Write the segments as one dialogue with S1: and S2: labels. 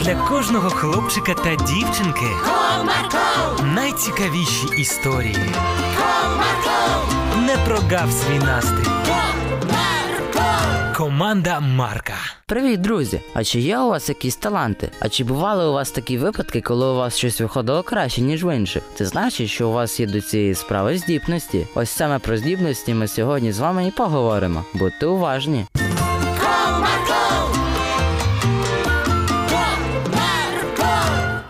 S1: для кожного хлопчика та дівчинки
S2: Comarco,
S1: найцікавіші історії.
S2: comarco,
S1: Не прогав свій настрій.
S2: comarco.
S1: Команда Марка.
S3: Привіт, друзі! А чи є у вас якісь таланти? А чи бували у вас такі випадки, коли у вас щось виходило краще, ніж в інших? Це значить, що у вас є до цієї справи здібності. Ось саме про здібності ми сьогодні з вами і поговоримо. Будьте уважні!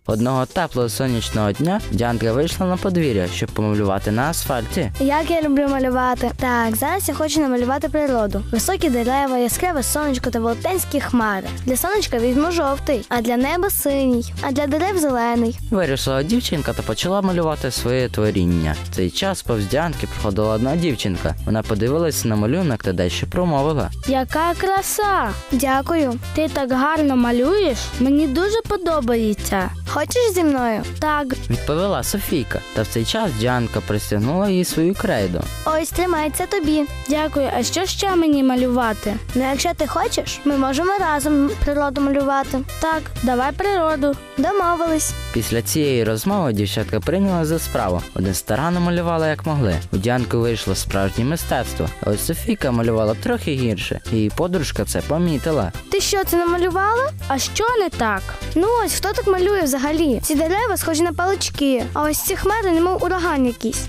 S3: Одного теплого сонячного дня Діанка вийшла на подвір'я, щоб помалювати на асфальті.
S4: Як я люблю малювати. Так, зараз я хочу намалювати природу. Високі дерева, яскраве сонечко та велетенські хмари. Для сонечка візьму жовтий, а для неба синій, а для дерев зелений.
S3: Вирішила дівчинка та почала малювати своє творіння. В цей час повз Діанки проходила одна дівчинка. Вона подивилася на малюнок та дещо промовила.
S4: Яка краса! Дякую. Ти так гарно малюєш. Мені дуже подобається. Хочеш зі мною? Так.
S3: Відповіла Софійка, та в цей час Діанка пристягнула їй свою крейду.
S4: Ось тримається тобі. Дякую. А що ще мені малювати? Ну, якщо ти хочеш, ми можемо разом природу малювати. Так, давай природу. Домовились.
S3: Після цієї розмови дівчатка прийняла за справу. Один старанно малювала як могли. У Діанки вийшло справжнє мистецтво. А ось Софійка малювала трохи гірше. Її подружка це помітила.
S4: Ти що це намалювала? А що не так? Ну ось хто так малює взагалі? Ці дерева схожі на палички, а ось ці хмари, немов ураган якийсь.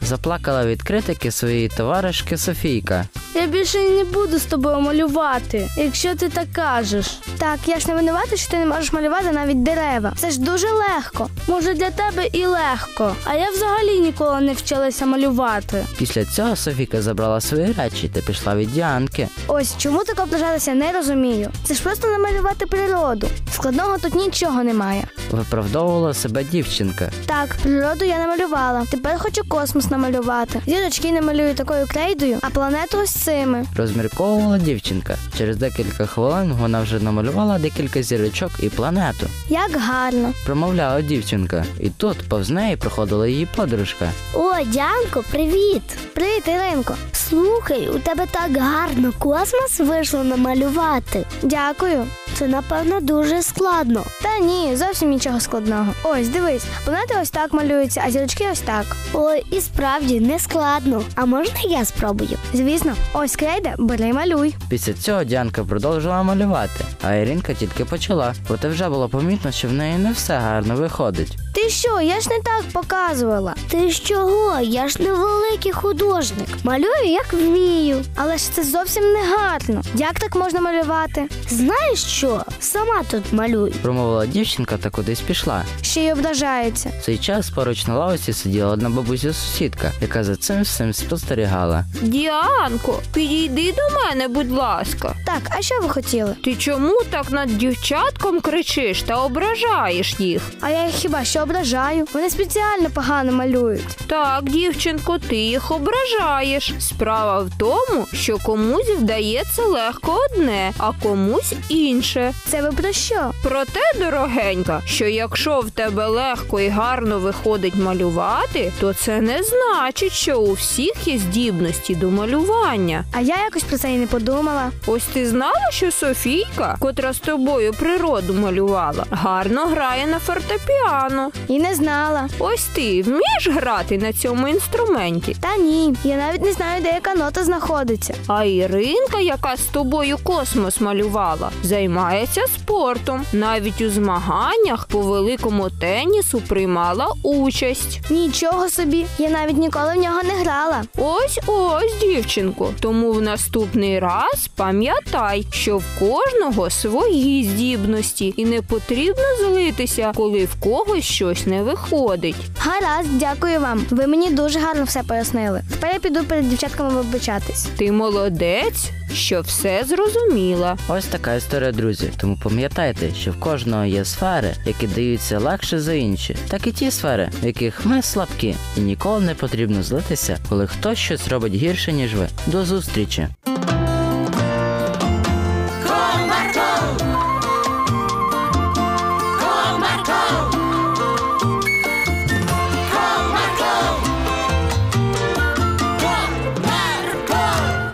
S3: Заплакала від критики своєї товаришки Софійка.
S4: Я більше не буду з тобою малювати, якщо ти так кажеш. Так, я ж не винувата, що ти не можеш малювати навіть дерева. Це ж дуже легко. Може, для тебе і легко. А я взагалі ніколи не вчилася малювати.
S3: Після цього Софійка забрала свої речі та пішла від Діанки.
S4: Ось чому так облажалася, не розумію. Це ж просто намалювати природу. Складного тут нічого немає.
S3: Виправдовувала себе дівчинка.
S4: Так, природу я намалювала. Тепер хочу космос намалювати. Зірочки намалюю такою крейдою, а планету ось цими.
S3: Розмірковувала дівчинка. Через декілька хвилин вона вже намалювала декілька зірочок і планету.
S4: Як гарно.
S3: Промовляла дівчинка, і тут повз неї проходила її подружка.
S4: О, Дянко, привіт! Привіт, Іринко. Слухай, у тебе так гарно космос вийшло намалювати. Дякую. Це напевно дуже складно. Та ні, зовсім нічого складного. Ось дивись, планети ось так малюються, а зірочки ось так. Ой, і справді не складно. А можна я спробую? Звісно, ось крейда, бери малюй.
S3: Після цього Діанка продовжила малювати, а Іринка тільки почала, проте вже було помітно, що в неї не все гарно виходить.
S4: Ти що, я ж не так показувала.
S5: Ти з чого? Я ж невеликий художник.
S4: Малюю, як вмію. Але ж це зовсім не гарно. Як так можна малювати?
S5: Знаєш що? Сама тут малюй.
S3: Промовила дівчинка та кудись пішла.
S4: Ще й ображається.
S3: В цей час поруч на лавці сиділа одна бабуся сусідка, яка за цим всім спостерігала.
S6: Діанко, підійди до мене, будь ласка.
S4: Так, а що ви хотіли?
S6: Ти чому так над дівчатком кричиш та ображаєш їх?
S4: А я їх хіба що ображаю? Вони спеціально погано малюють.
S6: Так, дівчинко, ти їх ображаєш. Справа в тому, що комусь вдається легко одне, а комусь інше.
S4: Це ви про що?
S6: Проте, дорогенька, що якщо в тебе легко і гарно виходить малювати, то це не значить, що у всіх є здібності до малювання.
S4: А я якось про це і не подумала.
S6: Ось ти знала, що Софійка, котра з тобою природу малювала, гарно грає на фортепіано.
S4: І не знала.
S6: Ось ти вмієш грати на цьому інструменті.
S4: Та ні, я навіть не знаю, де яка нота знаходиться.
S6: А Іринка, яка з тобою космос малювала, займається спортом. Навіть у змаганнях по великому тенісу приймала участь.
S4: Нічого собі, я навіть ніколи в нього не грала.
S6: Ось ось, дівчинку. Тому в наступний раз пам'ятай, що в кожного свої здібності, і не потрібно злитися, коли в когось щось не виходить.
S4: Гаразд, дякую вам. Ви мені дуже гарно все пояснили. Тепер я піду перед дівчатками вибачатись.
S6: Ти молодець, що все зрозуміла.
S3: Ось така історія, друзі. Тому пам'ятайте, що в кожного є сфери, які даються легше за інші, так і ті сфери, в яких ми слабкі, і ніколи не потрібно злитися, коли хтось щось робить гірше, ніж ви. До зустрічі!